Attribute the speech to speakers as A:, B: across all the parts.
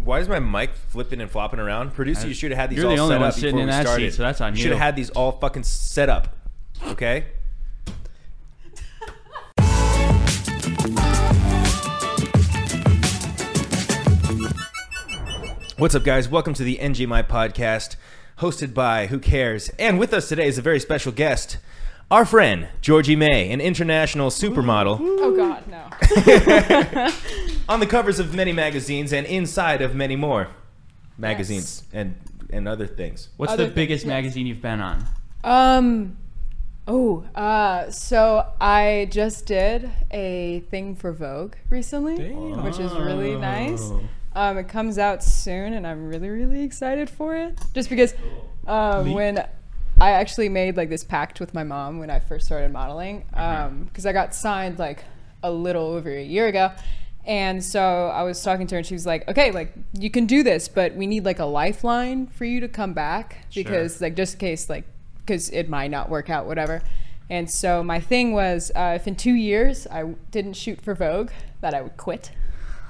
A: why is my mic flipping and flopping around? Producer, you should have had these
B: You're
A: all
B: the only
A: set
B: one
A: up
B: sitting
A: before
B: in
A: we
B: that seat,
A: started.
B: so that's on
A: Should
B: you.
A: have had these all fucking set up. Okay. What's up, guys? Welcome to the NGMI podcast, hosted by Who Cares. And with us today is a very special guest, our friend Georgie May, an international supermodel
C: Oh God, no.
A: on the covers of many magazines and inside of many more magazines and and other things.
B: What's
C: Other
B: the
C: thing-
B: biggest
C: yes.
B: magazine you've been on?
C: Um. Oh, uh, so I just did a thing for Vogue recently, which is really nice. Um, it comes out soon, and I'm really, really excited for it. Just because um, when I actually made like this pact with my mom when I first started modeling,
D: Mm-hmm.
C: because I got signed like a little over a year ago. And so I was talking to her, and she was like, "Okay, like you can do this, but we need like a lifeline for you to come back because, like, just in case, like, because it might not work out, whatever." And so my thing was, uh, if in two years I didn't shoot for Vogue, that I would quit.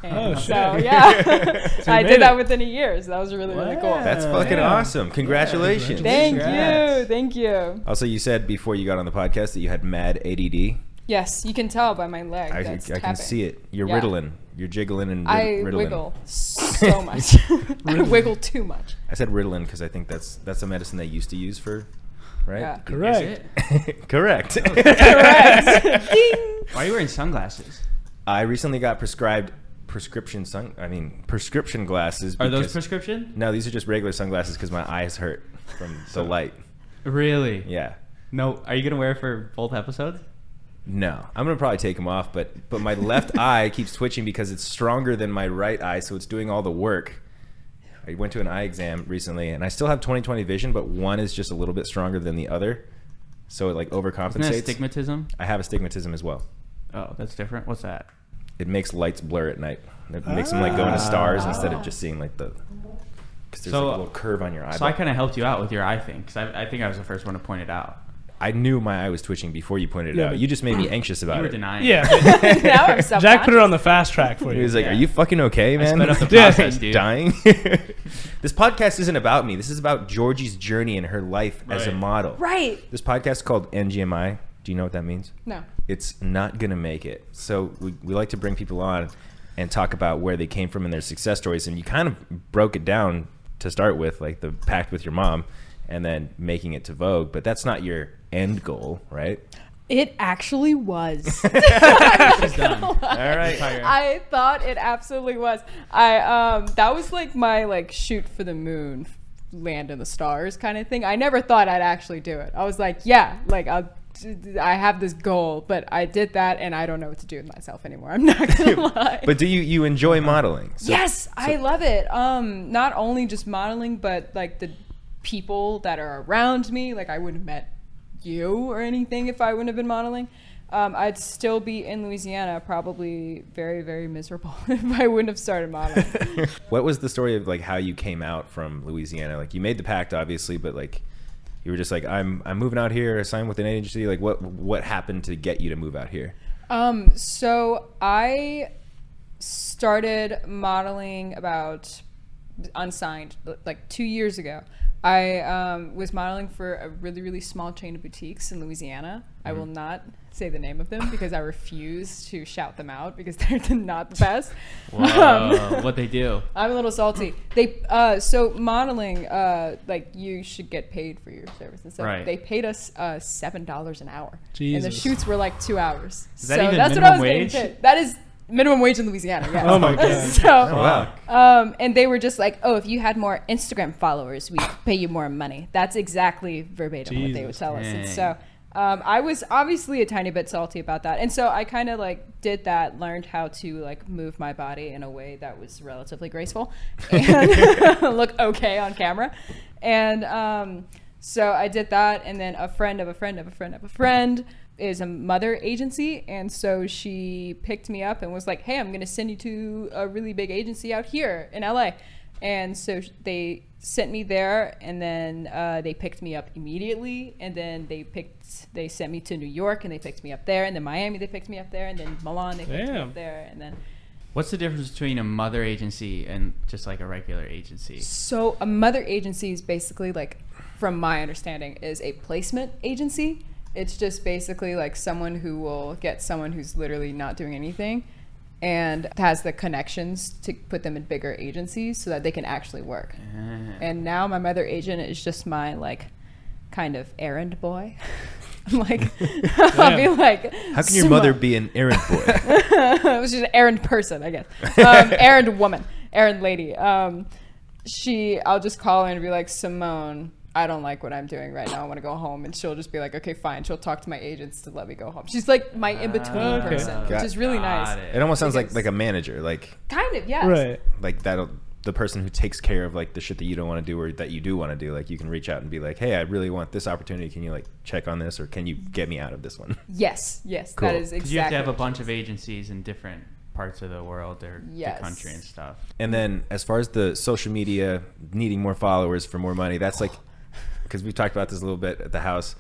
C: And
D: Oh,
C: so
D: shit.
C: yeah,
D: you
C: I
D: made
C: did that
D: it.
C: within a year. So that was really really cool.
B: Wow.
A: That's
B: Oh,
A: fucking
B: yeah.
A: awesome. Congratulations.
C: Thank
D: Congrats.
C: you, thank you.
A: Also, you said before you got on the podcast that you had mad ADD.
C: Yes, you can tell by my leg.
A: I, I
C: that's
A: can see it. You're
C: Yeah.
A: riddling. You're jiggling and rid-
C: I
A: riddling.
C: wiggle so much. I wiggle too much.
A: I said riddling because I think that's that's a medicine they used to use for, right?
C: Yeah.
B: Is
D: Correct.
B: it?
A: Correct.
C: Correct. Ding.
B: Why are you wearing sunglasses?
A: I recently got prescribed prescription sun. I mean prescription glasses.
B: Are those
A: because-
B: prescription?
A: No, these are just regular sunglasses because my eyes hurt from the light.
B: Really?
A: Mm-hmm. Yeah.
B: No. Are you gonna wear it for both episodes?
A: No, I'm gonna probably take them off, but but my left eye keeps twitching because it's stronger than my right eye, so it's doing all the work. I went to an eye exam recently, and I still have 20/20 vision, but one is just a little bit stronger than the other, so it like
B: Isn't that
A: overcompensates.
B: astigmatism?
A: I have astigmatism as well.
B: Oh, that's different. What's that?
A: It makes lights blur at night. It makes them like go into stars instead of just seeing like the because there's
B: So-
A: like a little curve on your eye.
B: Ah. So I kind of helped you out with your eye thing because I, I think I was the first one to point it out.
A: I knew my eye was twitching before you pointed it
D: Yeah,
A: out.
D: but-
A: You just made me anxious about
B: You were
A: it.
B: denying.
D: Yeah.
C: now I'm
D: but
C: self
D: Jack put it on the fast track for
A: He
D: you.
A: was like,
B: Yeah.
A: "Are you fucking okay, man?"
B: sped up the
D: Yeah.
B: process, dude.
A: dying. this podcast isn't about me. This is about Georgie's journey and her life as a
B: Right.
A: model.
C: Right.
A: This podcast is called NGMI. Do you know what that means?
C: No.
A: It's not gonna make it. So we, we like to bring people on and talk about where they came from and their success stories. And you kind of broke it down to start with, like the pact with your mom, and then making it to Vogue. But that's not your end goal, right?
C: It actually was.
B: She's done.
A: All right.
C: I thought it absolutely was. I um that was like my like shoot for the moon, land in the stars kind of thing. I never thought I'd actually do it. I was like, yeah, like I'll I have this goal, but I did that and I don't know what to do with myself anymore. I'm not gonna lie.
A: But do you you enjoy modeling? So
C: yes, I love it. Um, not only just modeling, but like the people that are around me. Like I wouldn't have met you or anything if I wouldn't have been modeling. Um, I'd still be in Louisiana, probably very, very miserable if I wouldn't have started modeling.
A: What was the story of like how you came out from Louisiana? Like you made the pact, obviously, but like you were just like, I'm I'm moving out here. I signed with an agency. Like what what happened to get you to move out here?
C: Um, so I started modeling about unsigned like two years ago. I um, was modeling for a really really small chain of boutiques in Louisiana. I will not say the name of them because I refuse to shout them out because they're not the best. Um,
B: Whoa, what they do?
C: I'm a little salty. They uh, so modeling uh, like you should get paid for your services. So
B: Right.
C: They paid us uh, seven dollars an hour, and the
D: Jesus.
C: shoots were like two hours.
B: that
C: so
B: even
C: that's what I was
B: minimum
C: getting
B: wage?
C: paid. That is minimum wage in Louisiana. Yes.
D: Oh my God.
C: so
A: wow.
C: um, and they were just like, oh, if you had more Instagram followers, we'd pay you more money. That's exactly verbatim what they would
D: Jesus.
C: tell us. And
B: Dang.
C: so um, I was obviously a tiny bit salty about that. And so I kind of like did that, learned how to like move my body in a way that was relatively graceful and look okay on camera. And um, so I did that. And then a friend of a friend of a friend of a friend is a mother agency. And so she picked me up and was like, hey, I'm going to send you to a really big agency out here in LA. And so sh- they sent me there, and then uh, they picked me up immediately, and then they picked they sent me to New York, and they picked me up there, and then Miami they picked me up there, and then Milan they picked me
D: Damn.
C: up there, and then
B: What's the difference between a mother agency and just like a regular agency?
C: So a mother agency is basically like, from my understanding, is a placement agency. It's just basically like someone who will get someone who's literally not doing anything and has the connections to put them in bigger agencies so that they can actually work. And now my mother agent is just my like kind of errand boy. I'm like I'll be like
A: How can your mother
C: "Suma."
A: be an errand boy?
C: I was just an errand person, I guess. Um, errand woman, errand lady. Um, she, I'll just call her and be like, Simone, I don't like what I'm doing right now. I want to go home. And she'll just be like, okay, fine. She'll talk to my agents to let me go home. She's like my in between
B: Ah, okay.
C: person, which
A: Got-
C: is really nice.
B: Got it.
A: It almost sounds like
C: Because-
A: like a manager, like
C: Kind of, yes.
D: Right.
A: like that'll the person who takes care of like the shit that you don't want to do or that you do want to do. Like you can reach out and be like, "Hey, I really want this opportunity. Can you like check on this or can you get me out of this one?"
C: Yes, yes. That
A: Cool.
C: is
B: 'Cause
C: exactly.
B: you have to have a
C: what
B: bunch of agencies in different parts of the world or
C: Yes.
B: the country and stuff.
A: And then as far as the social media needing more followers for more money, that's like because we've talked about this a little bit at the house.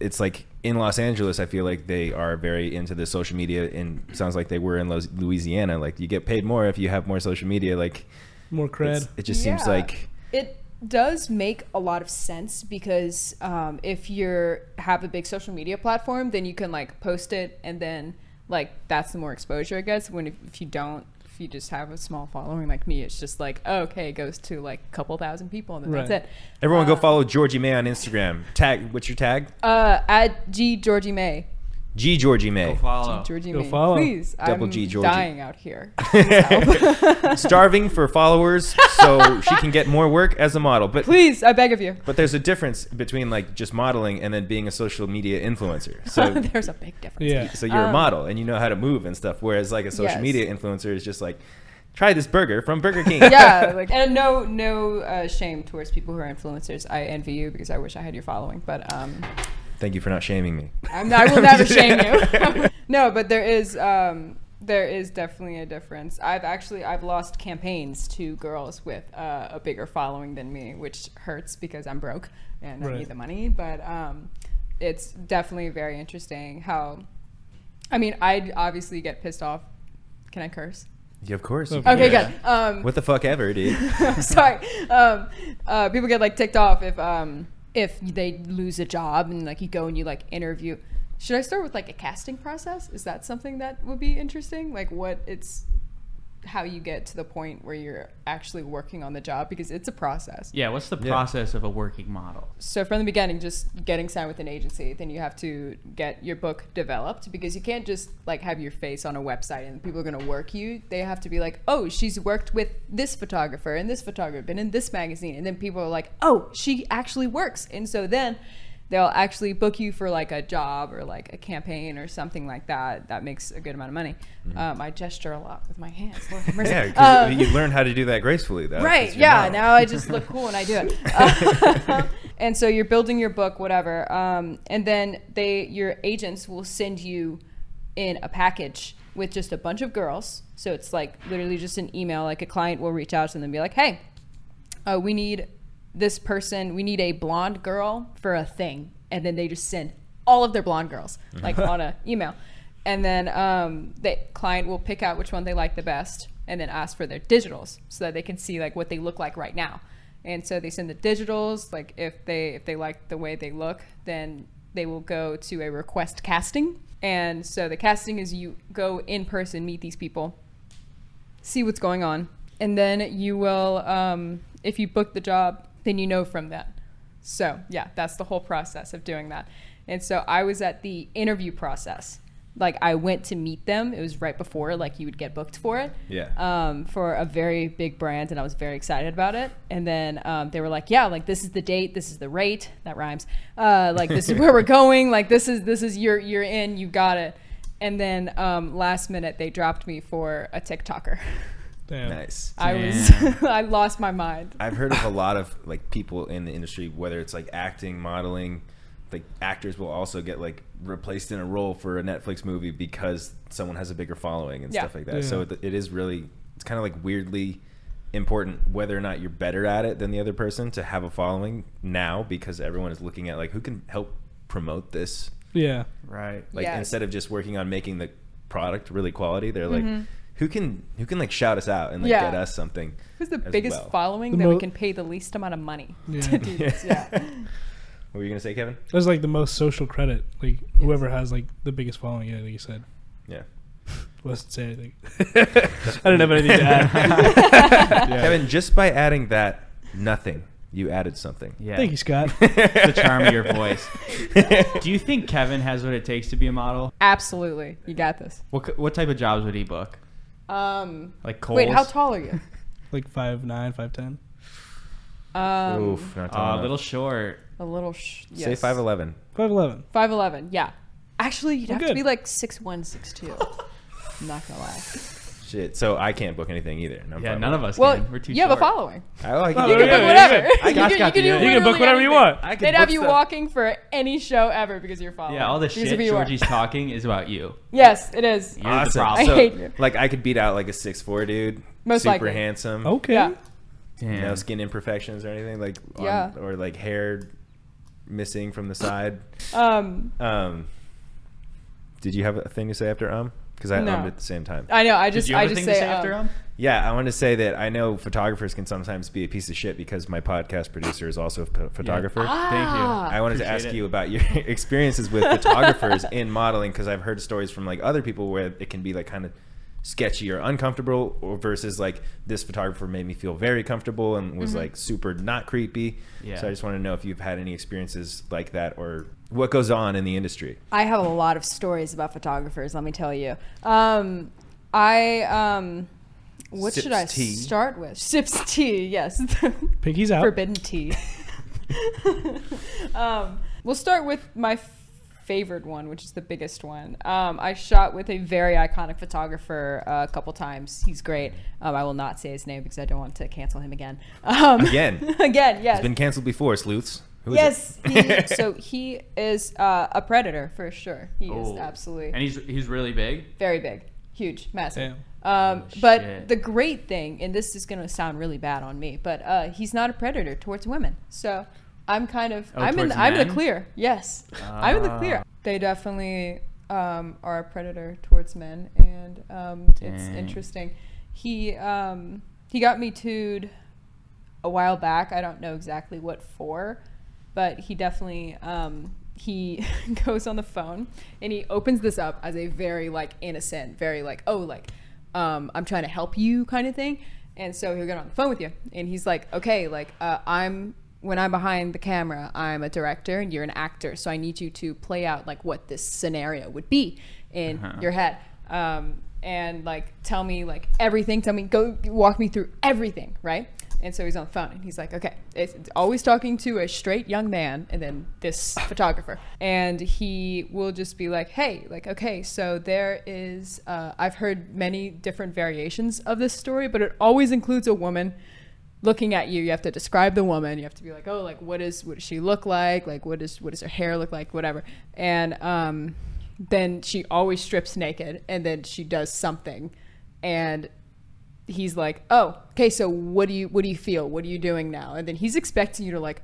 A: It's like in Los Angeles, I feel like they are very into the social media, and sounds like they were in Los- Louisiana. Like you get paid more if you have more social media. Like
D: More
A: it's-
D: cred.
A: it just seems
C: Yeah.
A: like
C: it does make a lot of sense because um, if you're have a big social media platform then you can like post it and then like that's the more exposure i guess when if, if you don't if you just have a small following like me it's just like oh, okay it goes to like a couple thousand people and then
D: Right.
C: that's it
A: everyone go follow Georgie May on Instagram. Tag what's your tag?
C: uh at g georgie may
A: G Georgie May.
B: Go follow.
C: georgie
D: Go
C: may
D: follow.
C: please
A: Double
C: i'm
A: G Georgie.
C: dying out here Please help.
A: starving for followers so she can get more work as a model. But
C: please i beg of you
A: but there's a difference between like just modeling and then being a social media influencer. So
C: there's a big difference
D: Yeah.
A: so you're a
C: Um,
A: model and you know how to move and stuff. Whereas like a social
C: Yes.
A: media influencer is just like try this burger from Burger King.
C: yeah, like, and no, no uh, shame towards people who are influencers. I envy you because I wish I had your following, but um,
A: Thank you for not shaming me.
C: I'm not, I will never shame you. no, but there is, um, there is definitely a difference. I've actually, I've lost campaigns to girls with uh, a bigger following than me, which hurts because I'm broke and I
D: Right.
C: need the money. But um, it's definitely very interesting how. I mean, I obviously get pissed off. Can I curse?
A: Yeah, of course. you can.
C: Okay,
B: Yeah.
C: good. Um,
A: What the fuck ever, dude.
C: I'm sorry. Um, uh, people get like ticked off if um, if they lose a job and like you go and you like interview. Should I start with like a casting process? Is that something that would be interesting? Like what it's how you get to the point where you're actually working on the job because it's a process.
B: Yeah, what's the
A: Yeah.
B: process of a working model?
C: So from the beginning, just getting signed with an agency, then you have to get your book developed because you can't just like have your face on a website and people are going to work you. They have to be like, oh, she's worked with this photographer and this photographer and in this magazine, and then people are like, oh, she actually works, and so then they'll actually book you for like a job or like a campaign or something like that. That makes a good amount of money. Um, I gesture a lot with my hands. Lord have mercy.
A: Mm-hmm. Yeah, 'cause
C: Um,
A: you learn how to do that gracefully though. 'cause
C: Right.
A: you're a
C: Yeah.
A: model.
C: Now I just look cool when I do it. Um, and so you're building your book, whatever. Um, and then they, your agents will send you in a package with just a bunch of girls. So it's like literally just an email. Like a client will reach out to them and be like, "Hey, uh, we need this person. We need a blonde girl for a thing." And then they just send all of their blonde girls like on a email. And then um, the client will pick out which one they like the best, and then ask for their digitals so that they can see like what they look like right now. And so they send the digitals. Like if they if they like the way they look, then they will go to a request casting. And so the casting is you go in person, meet these people, see what's going on, and then you will, um, if you book the job, then you know from that. So yeah, that's the whole process of doing that. And so I was at the interview process. Like I went to meet them. It was right before like you would get booked for it
A: Yeah.
C: um, for a very big brand, and I was very excited about it. And then um, they were like, "Yeah, like this is the date, this is the rate, that rhymes. Uh, like this is where we're going. Like this is this is you're you're in, you got it." And then um, last minute, they dropped me for a TikToker. Um,
D: Damn.
A: nice.
C: I was I lost my mind.
A: I've heard of a lot of like people in the industry, whether it's like acting, modeling, like actors will also get like replaced in a role for a Netflix movie because someone has a bigger following and
C: Yeah.
A: stuff like that.
D: Yeah.
A: So it, it is really, it's kind of like weirdly important whether or not you're better at it than the other person to have a following now because everyone is looking at like who can help promote this.
D: Yeah.
B: Right.
A: Like
C: Yes.
A: instead of just working on making the product really quality, they're like, who can who can like shout us out and like
C: Mm-hmm. Yeah.
A: get us something.
C: Who's the
A: as
C: biggest
A: well.
C: following
D: The
C: that we
D: mo-
C: can pay the least amount of money
D: Yeah.
C: to do this? Yeah.
A: What were you gonna say, Kevin?
D: That's like the most social credit. Like whoever has like the biggest following, yeah, like you said.
A: Yeah.
D: Wasn't say anything. I didn't have anything to add. Yeah.
A: Kevin, just by adding that nothing, you added something.
B: Yeah.
D: Thank you, Scott.
B: the charm of your voice. Do you think Kevin has what it takes to be a model?
C: Absolutely. You got this.
B: What c- what type of jobs would he book?
C: Um,
B: Like Coles?
C: wait, how tall are you?
D: like five nine, five ten.
C: Um,
A: Oof, not tall
B: Uh,
A: enough.
B: a little short.
C: A little. Sh-
A: Say
C: yes.
A: five eleven.
D: Five eleven.
C: 5'11, yeah. Actually, you'd
D: We're
C: have to
D: good.
C: be like 6'1, 6'2. I'm not gonna lie.
A: Shit. So I can't book anything either. and I'm
B: Yeah,
A: fine
B: none
A: with
B: of us
C: Well,
B: can. We're too
C: you have a
B: short.
C: following.
A: it. Oh, I can
D: Oh,
A: do
C: You can
A: it.
D: yeah,
C: book
D: yeah,
C: whatever.
D: yeah.
B: I
C: You
B: got-
C: can,
B: got the
C: you can do
B: idea.
D: You can book
C: literally
D: whatever you
C: anything.
D: want.
A: I can
C: They'd have
A: book
C: you
A: stuff.
C: walking for any show ever because you're following.
B: Yeah, all the
C: Because of
B: shit
C: who you are.
B: Georgie's talking is about you.
C: Yes, it is.
B: You're the
A: Awesome.
B: problem.
C: I
A: So,
C: hate you.
A: Like I could beat out like a six four dude.
C: Most
A: super
C: likely.
A: handsome.
D: Okay.
C: Yeah.
B: Damn.
A: No skin imperfections or anything like. on-
C: Yeah.
A: Or like hair missing from the side.
C: Um,
A: Um. Did you have a thing to say after um? Because I
C: No.
A: ummed at the same time.
C: I know. I
B: Did
C: just,
B: you have
C: I
B: a
C: just
B: thing
C: say,
B: to say after
C: um,
B: him?
A: Yeah, I want to say that I know photographers can sometimes be a piece of shit because my podcast producer is also a ph- photographer.
C: ah,
A: I wanted to
B: Appreciate
A: ask
B: it.
A: you about your experiences with photographers in modeling because I've heard stories from like other people where it can be like kind of sketchy or uncomfortable, or versus like this photographer made me feel very comfortable and
C: Mm-hmm.
A: was like super not creepy.
B: Yeah.
A: So I just want to know if you've had any experiences like that or what goes on in the industry.
C: I have a lot of stories about photographers. Let me tell you. Um, I um, what
A: Sips
C: should I
A: tea.
C: start with? Sips tea. Yes,
D: Piggy's out.
C: forbidden tea. um, we'll start with my f- favorite one, which is the biggest one. Um, I shot with a very iconic photographer uh, a couple times. He's great. Um, I will not say his name because I don't want to cancel him again. Um,
A: Again.
C: again. Yes.
A: It's been canceled before, sleuths. Who is it?
C: Yes, he, so he is uh, a predator for sure. He
B: Oh.
C: is absolutely
B: And he's he's really big.
C: very big, huge, massive.
D: Damn.
C: Um,
B: Oh,
C: but
B: shit.
C: the great thing, and this is going to sound really bad on me, but uh, he's not a predator towards women. So I'm kind of
B: Oh,
C: I'm in
B: towards
C: I'm in the
B: men? Ah.
C: clear. Yes, I'm in the clear. They definitely um, are a predator towards men, and um, it's
B: Dang.
C: interesting. He um, he got me tooed a while back. I don't know exactly what for, but he definitely um, he goes on the phone and he opens this up as a very like innocent, very like oh like um, I'm trying to help you kind of thing. And so he'll get on the phone with you, and he's like, okay, like uh, I'm when I'm behind the camera, I'm a director and you're an actor, so I need you to play out like what this scenario would be in your head. Um, and like tell me like everything tell me go walk me through everything right and so he's on the phone and he's like okay it's, it's always talking to a straight young man and then this photographer and he will just be like hey like okay so there is uh, i've heard many different variations of this story but it always includes a woman looking at you you have to describe the woman you have to be like oh like what is what does she look like like what is what does her hair look like whatever and um then she always strips naked and then she does something and he's like oh okay so what do you what do you feel what are you doing now and then he's expecting you to like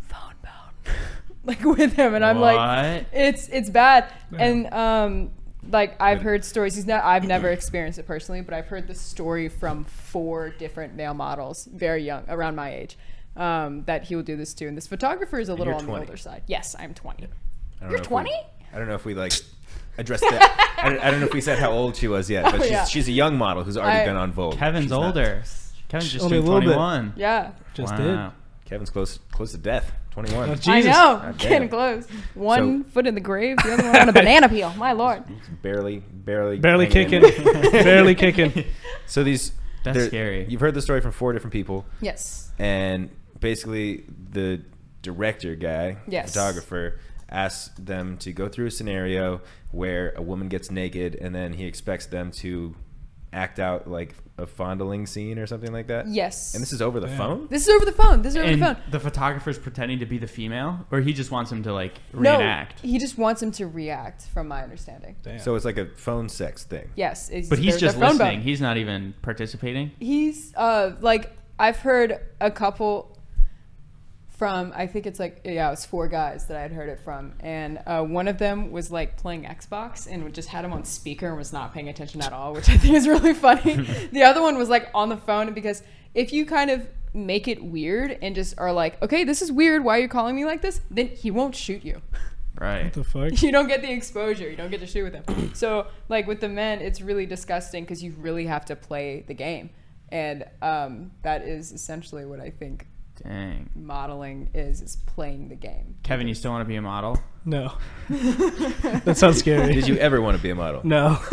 C: phone bone like with him and i'm like
B: What?
C: it's it's bad and um like I've heard stories. He's not. I've never experienced it personally, but I've heard this story from four different male models, very young, around my age, um, that he will do this to. And this photographer is a little
A: you're
C: on
A: 20.
C: the older side. Yes, I'm 20.
A: I don't
C: You're
A: know if we-
C: 20?
A: I don't know if we like addressed that. I, don't, I don't know if we said how old she was yet, but
C: Oh,
A: she's,
C: yeah.
A: she's a young model who's already
C: I-
A: been on Vogue.
B: Kevin's
A: She's not-
B: older. Kevin's just
D: Only a
B: turned
D: little bit.
B: 21.
C: Yeah,
D: Just
B: Wow.
A: Kevin's close close to death. Twenty one.
D: Oh, Jesus.
C: I know.
A: God damn.
C: Getting close. One foot in the grave, the other one on a banana peel. My lord.
A: barely barely
D: did. Barely
A: hanging
D: kicking.
A: in.
D: Barely kicking.
A: So these
B: That's
A: they're-
B: scary.
A: You've heard the story from four different people,
C: Yes.
A: and basically the director guy,
C: Yes.
A: photographer, asks them to go through a scenario where a woman gets naked, and then he expects them to act out like a fondling scene or something like that.
C: Yes.
A: And this is over the
D: Yeah.
A: phone.
C: This is over the phone. This is over
B: And
C: the phone.
B: the photographer's pretending to be the female, or he just wants him to like
C: No,
B: reenact.
C: he just wants him to react, from my understanding.
D: Damn.
A: So it's like a phone sex thing.
C: Yes. it's-
B: But he's
C: they're-
B: just
C: they're phone
B: listening.
C: bone.
B: He's not even participating.
C: he's uh like I've heard a couple from I think it's like yeah, it was four guys that I had heard it from, and uh, one of them was like playing Xbox and just had him on speaker and was not paying attention at all, which I think is really funny. the other one was like on the phone because if you kind of make it weird and just are like, okay, this is weird, why are you calling me like this? Then he won't shoot you.
B: Right.
D: the fuck?
C: You don't get the exposure. You don't get to shoot with him. so like with the men, it's really disgusting because you really have to play the game, and um, that is essentially what I think
B: Dang.
C: modeling is is playing the game.
B: Kevin, you still want to be a model?
D: No. that sounds scary.
A: Did you ever want to be a model?
D: No.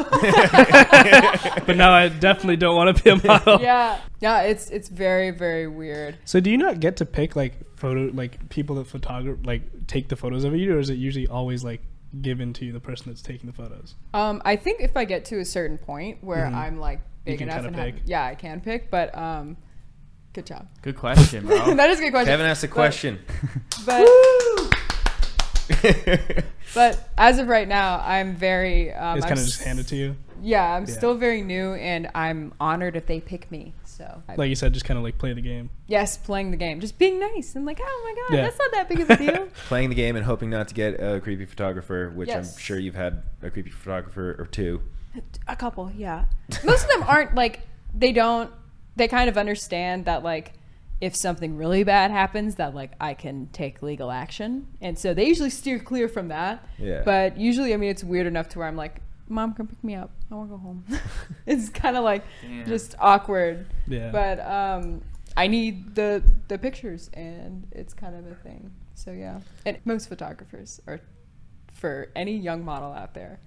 D: but now I definitely don't want to be a model.
C: yeah, yeah, it's it's very very weird.
D: So do you not get to pick like photo like people that photograph like take the photos of you or is it usually always like given to you the person that's taking the photos?
C: Um, I think if I get to a certain point where I'm like big
D: Mm-hmm. can
C: enough
D: kinda
C: and have,
D: pick.
C: yeah, I can pick, but um, good job.
B: Good question,
D: Oh.
B: bro.
C: that is a good question.
A: Kevin asked a question.
C: But but as of right now, I'm very um,
D: it's
C: I'm
D: kind of
C: s-
D: just handed to you.
C: yeah, I'm
D: Yeah.
C: still very new, and I'm honored if they pick me. So I-
D: Like you said just kind of like play the game.
C: yes, playing the game, just being nice, and like oh my god,
D: Yeah.
C: that's not that big of a deal.
A: Playing the game and hoping not to get a creepy photographer, which
C: Yes.
A: I'm sure you've had a creepy photographer or two.
C: A couple, yeah. Most of them aren't like they don't. They kind of understand that like if something really bad happens, that like I can take legal action, and so they usually steer clear from that.
A: Yeah.
C: But usually, I mean, it's weird enough to where I'm like, "Mom, come pick me up. I want to go home." it's kind of like
B: Damn.
C: just awkward.
D: Yeah.
C: But um, I need the the pictures, and it's kind of a thing. So yeah, and most photographers are for any young model out there,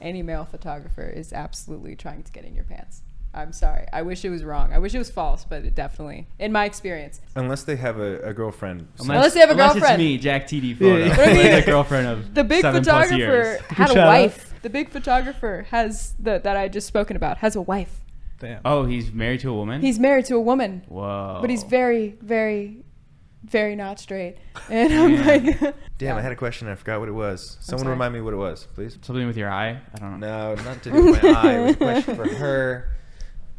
C: any male photographer is absolutely trying to get in your pants. I'm sorry. I wish it was wrong. I wish it was false, but it definitely, in my experience,
A: Unless they have a, a girlfriend.
C: Unless they have a
B: Unless it's
C: girlfriend.
B: me, Jack TD photo.
D: Yeah.
B: Like
C: Yeah.
B: a girlfriend of
C: the big
B: seven plus
C: photographer
B: years.
C: had a
D: Shout out.
C: wife. The big photographer has the, that I just spoken about has a wife.
D: Damn.
B: Oh, he's married to a woman.
C: He's married to a woman,
B: whoa.
C: but he's very, very, very not straight. And I'm like,
A: Damn, I had a question. I forgot what it was. Someone
C: sorry.
A: remind me what it was, please.
B: something with your eye. I don't know.
A: No, not to do with my eye. It was a question for her.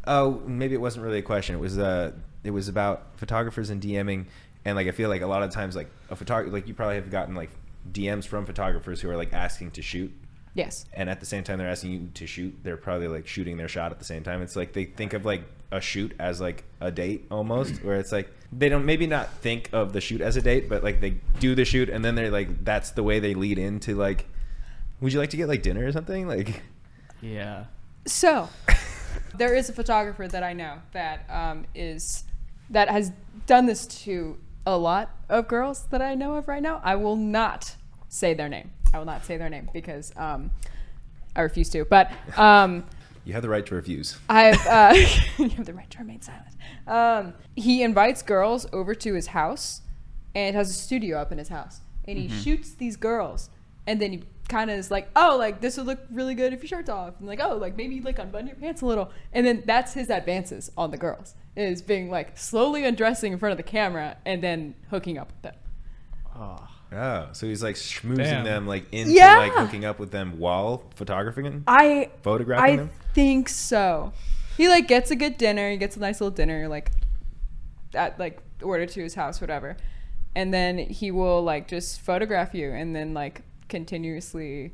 A: Oh, maybe it wasn't really a question. It was uh, it was about photographers and DMing, and like I feel like a lot of times, like a photographer, like you probably have gotten like DMs from photographers who are like asking to shoot,
C: yes.
A: and at the same time they're asking you to shoot, they're probably like shooting their shot at the same time. It's like they think of like a shoot as like a date almost, where it's like they don't maybe not think of the shoot as a date, but like they do the shoot, and then they're like that's the way they lead into like, would you like to get like dinner or something like.
B: Yeah.
C: So, there is a photographer that I know that um, is that has done this to a lot of girls that I know of right now. I will not say their name. I will not say their name because um, I refuse to. But um,
A: You have the right to refuse.
C: I've uh, you have the right to remain silent. Um, he invites girls over to his house, and has a studio up in his house, and he shoots these girls, and then he kind of is like, oh, like this would look really good if your shirt's off, and like, oh, like maybe like unbutton your pants a little, and then that's his advances on the girls is being like slowly undressing in front of the camera and then hooking up with them.
B: Oh.
A: Oh, so he's like schmoozing
D: Damn.
A: them like into
C: Yeah.
A: like hooking up with them while photographing them,
C: I
A: photographing
C: I
A: them.
C: think so. He like gets a good dinner. He gets a nice little dinner, like at like order to his house, whatever. And then he will like just photograph you, and then like continuously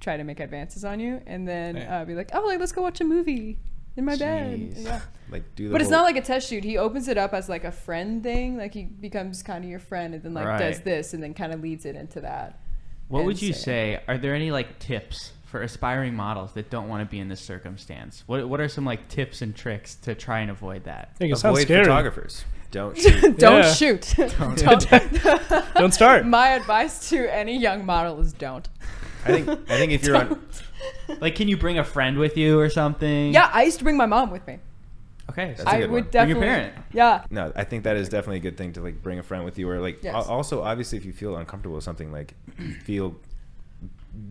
C: try to make advances on you, and then
D: Yeah.
C: uh, be like, oh, like let's go watch a movie in my bed.
B: Jeez.
C: Yeah.
A: Like do the
C: But it's
A: whole-
C: not like a test shoot. He opens it up as like a friend thing. Like he becomes kind of your friend, and then like does
B: Right.
C: this, and then kind of leads it into that.
B: What would you
C: Insane.
B: say? Are there any like tips for aspiring models that don't want to be in this circumstance? What What are some like tips and tricks to try and avoid that?
D: Like, it sounds
A: avoid
D: scary.
A: photographers. Don't shoot.
C: Don't
D: Yeah.
C: shoot.
D: Don't start.
C: My advice to any young model is don't.
A: I think I think if you're on
B: Like, can you bring a friend with you or something?
C: Yeah, I used to bring my mom with me.
B: Okay.
A: That's a
C: I
A: good
C: would
A: one.
B: Bring
C: definitely.
B: your parent.
C: Yeah.
A: no, I think that is definitely a good thing to like bring a friend with you or like
C: Yes.
A: al- also obviously if you feel uncomfortable with something like feel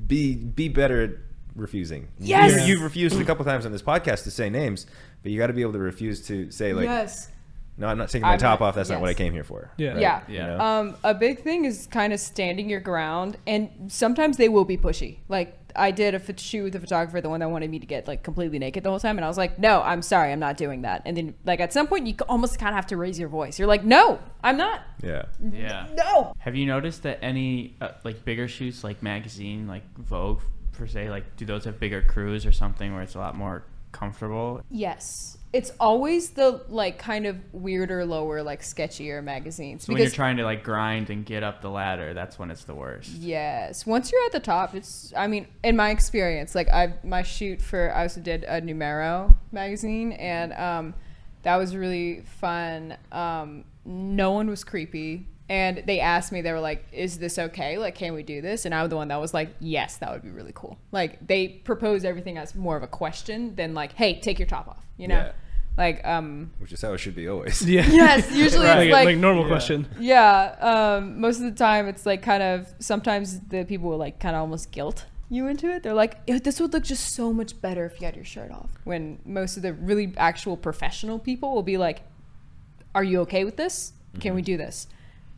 A: be be better at refusing.
C: Yes.
A: You, you've refused a couple times on this podcast to say names, but you got to be able to refuse to say like
C: yes.
A: no, I'm not taking my
C: I'm
A: top
C: not-
A: off. That's not what I
C: yes.
A: came here for.
D: Yeah.
C: Yeah. Uh,
A: You know?
C: Um, a big thing is kind of standing your ground, and sometimes they will be pushy. Like I did a phot- shoot with a photographer, the one that wanted me to get like completely naked the whole time, and I was like, "No, I'm sorry, I'm not doing that." And then, like at some point, you c- almost kind of have to raise your voice. You're like, "No, I'm not.
A: Yeah.
B: Yeah.
C: No."
B: Have you noticed that any uh, like bigger shoots, like magazine, like Vogue, per se, like do those have bigger crews or something where it's a lot more comfortable?
C: Yes, it's always the like kind of weirder, lower, like sketchier magazines
B: So when you're trying to like grind and get up the ladder, that's when it's the worst.
C: Yes. Once you're at the top, it's. I mean, in my experience, like I my shoot for I also did a Numero magazine, and um, that was really fun. Um, no one was creepy, and they asked me. They were like, "Is this okay? Like, can we do this?" And I was the one that was like, "Yes, that would be really cool." Like they proposed everything as more of a question than like, "Hey, take your top off," you know.
A: Yeah.
C: Like um
A: Which is how it should be always.
D: Yeah.
C: yes, usually
D: like,
C: it's like,
D: like normal
A: Yeah.
D: question.
C: yeah, um, most of the time it's like kind of sometimes the people will like kind of almost guilt you into it. They're like, "Ew, "This would look just so much better if you had your shirt off." When most of the really actual professional people will be like, "Are you okay with this? Can we do this?"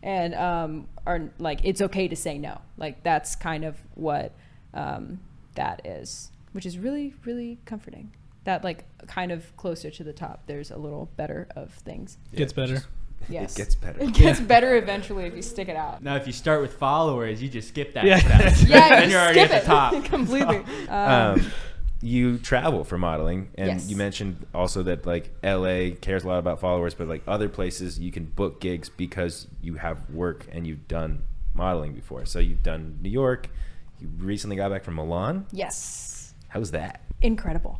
C: And um, are like, "It's okay to say no." Like that's kind of what um, that is, which is really really comforting. That like kind of closer to the top, there's a little better of things.
D: Gets better.
C: Yes.
A: It gets better.
C: It gets better eventually if you stick it out.
B: Now, if you start with followers, you just skip that
D: Yeah.
B: step.
C: Yeah,
B: then
C: you
B: you're already
C: skip
B: at
C: it
B: the top.
C: completely. Um,
A: um, you travel for modeling, and
C: Yes.
A: you mentioned also that like LA cares a lot about followers, but like other places, you can book gigs because you have work and you've done modeling before. So you've done New York. You recently got back from Milan.
C: yes,
A: How's that?
C: incredible.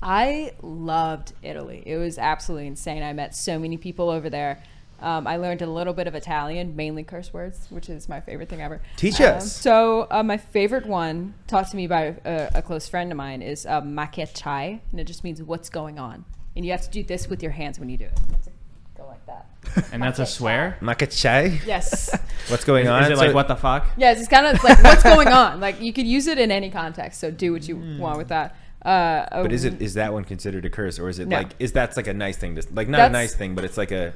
C: I loved Italy. It was absolutely insane. I met so many people over there. Um, I learned a little bit of Italian, mainly curse words, which is my favorite thing ever.
A: Teach
C: Um,
A: us.
C: so uh, my favorite one, taught to me by uh, a, a close friend of mine, is uh, macchiacciai, and it just means what's going on. And you have to do this with your hands when you do it. You have to go like that.
B: And that's a swear?
A: Makachai?
C: Yes.
A: What's going
B: Is,
A: on?
B: is it like,
A: So-
B: what the fuck?
C: Yes, it's kind of like what's going on. Like you could use it in any context, so do what you want with that. Uh,
A: Hmm. But is it is that one considered a curse, or is it
C: No.
A: like is that's like a nice thing to like not a
C: That's-
A: nice thing, but it's like a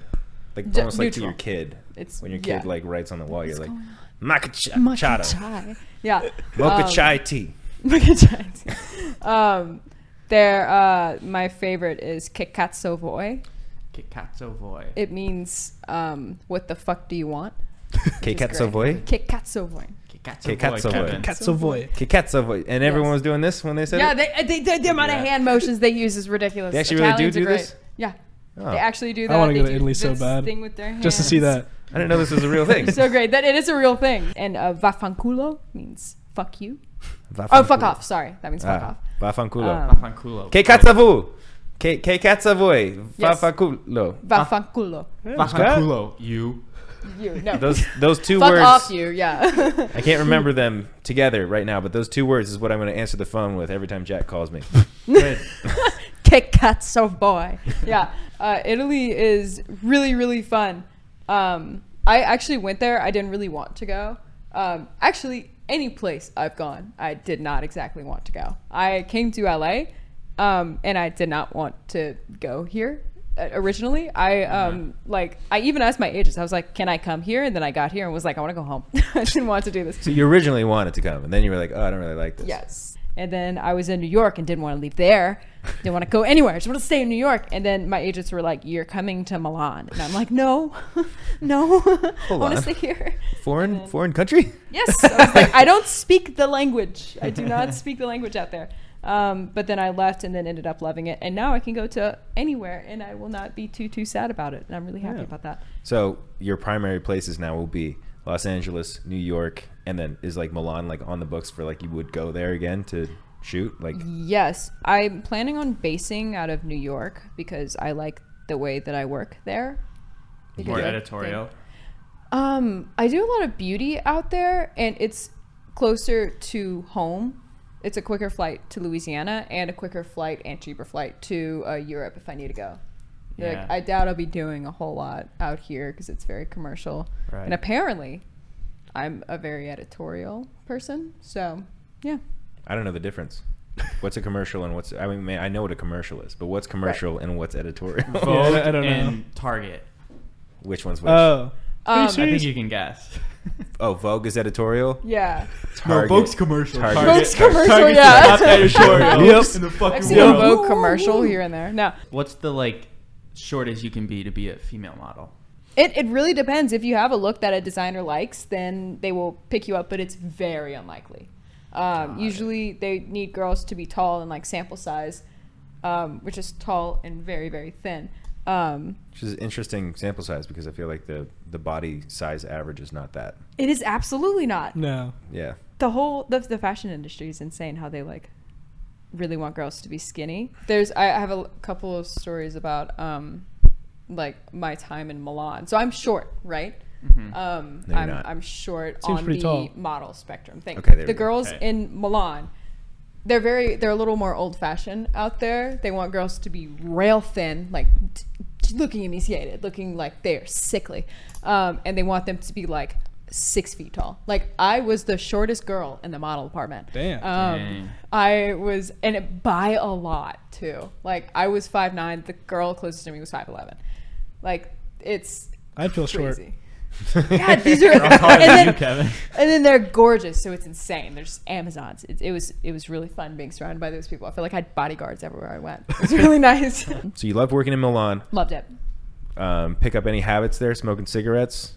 A: like
C: Ju-
A: almost like to
C: neutral.
A: your kid
C: It's
A: when your
C: yeah.
A: kid like writes on the wall, you're like
C: going
A: makachai,
C: Chai. Yeah.
A: mocha
C: Um,
A: chai tea.
C: Mocha chai. um, there. Uh, my favorite is Kekatso voi.
B: Kikatso Voy.
C: It means um, what the fuck do you want?
A: K Katsovoi.
C: Kekatso voi.
B: Kikatso
A: Kikatso
B: Voy,
A: Voy.
B: Kevin.
D: Katsavoy.
A: K Katsovoi. And everyone
C: Yes.
A: was doing this when they said
C: Yeah,
A: it?
C: they, uh, they, they, the amount
A: Yeah.
C: of hand motions they use is ridiculous.
A: They actually really do
C: Italians are
A: do
C: great.
A: this?
C: Yeah,
A: Oh,
C: they actually do
D: I
C: that.
D: wanna
C: They
D: go to
C: do
D: Italy so
C: this
D: bad.
C: Thing with their hands.
D: Just to see that.
A: I didn't know this was a real thing.
C: so great that it is a real thing. And uh, vafanculo means fuck you. Oh, fuck off. Sorry, that means fuck
A: Ah,
C: off.
A: Vafanculo.
C: Um,
B: Vafanculo.
A: K Katsavu. K K Katsovoi.
C: Yes.
A: Vafanculo.
C: Ah. Vafanculo.
B: Vafanculo. You.
C: You no.
A: Those those two
C: fuck
A: words.
C: off, you. Yeah.
A: I can't remember them together right now, but those two words is what I'm going to answer the phone with every time Jack calls me.
B: Good.
C: Kick cats, oh boy. Yeah. Uh, Italy is really really fun. Um, I actually went there. I didn't really want to go. Um, actually, any place I've gone, I did not exactly want to go. I came to LA, um, and I did not want to go here uh, originally. I um like I even asked my agents. I was like, "Can I come here?" And then I got here and was like, "I want to go home. I didn't want to do this."
A: So you originally wanted to come, and then you were like, "Oh, I don't really like this."
C: Yes. And then I was in New York and didn't want to leave there. Didn't want to go anywhere. I just want to stay in New York. And then my agents were like, "You're coming to Milan," and I'm like, "No, no, I want
A: on.
C: to stay here."
A: Foreign foreign country.
C: Yes, I was like, I don't speak the language. I do not speak the language out there. Um, but then I left and then ended up loving it. And now I can go to anywhere, and I will not be too too sad about it. And I'm really happy
D: Yeah.
C: about that.
A: So your primary places now will be Los Angeles, New York, and then is like Milan like on the books for like you would go there again to shoot like
C: Mm-hmm. Yes, I'm planning on basing out of New York because I like the way that I work there.
B: More
C: Because I
B: editorial.
C: Um, I do a lot of beauty out there, and it's closer to home. It's a quicker flight to Louisiana and a quicker flight and cheaper flight to uh, Europe if I need to go. Like,
B: Yeah.
C: I doubt I'll be doing a whole lot out here because it's very commercial.
B: Right.
C: And apparently, I'm a very editorial person. So, yeah.
A: I don't know the difference. What's a commercial and what's I mean man, I know what a commercial is, but what's commercial and what's editorial?
B: Vogue
D: I don't know.
B: and Target.
A: which one's which?
D: Oh. Are you
C: Um, I
B: I think
D: serious?
B: you can guess.
A: Oh, Vogue is editorial.
C: Yeah.
A: Target.
B: Vogue's commercial.
A: Target.
B: Target.
C: Vogue's commercial,
B: Target's
C: yeah.
B: the top editorial
A: Yep.
B: in the fucking
C: I've seen a
B: world.
C: Vogue commercial here and there. No,
B: What's the like shortest you can be to be a female model?
C: it, it really depends. If you have a look that a designer likes, then they will pick you up, but it's very unlikely. Um, usually, they need girls to be tall and like sample size, um, which is tall and very, very thin. Um,
A: Which is interesting sample size because I feel like the the body size average is not that.
C: it is absolutely not.
D: No.
A: Yeah.
C: the whole the, the fashion industry is insane how they like really want girls to be skinny there's i I have a l- couple of stories about um like my time in milan so i'm short right
A: Mm-hmm.
C: um
A: No, you're
C: i'm
A: not.
C: i'm short on
D: Seems
C: the
D: pretty tall.
C: model spectrum thing
A: Okay, there we
C: the
A: go.
C: girls
B: Okay.
C: in milan they're very they're a little more old fashioned out there they want girls to be rail thin like t- t- looking emaciated looking like they're sickly um, and they want them to be like six feet tall like i was the shortest girl in the model department
D: Damn.
B: Dang.
C: um, i was and it, by a lot too like i was 5'9 the girl closest to me was 5'11 like it's
D: I'd feel short.
C: crazy yeah these are and
B: Than you,
C: then,
B: Kevin.
C: and then they're gorgeous, so it's insane. They're just Amazons. It, it was it was really fun being surrounded by those people. I feel like I had bodyguards everywhere I went. It was really nice.
A: So you love working in Milan.
C: Loved it.
A: Um, pick up any habits there? Smoking cigarettes?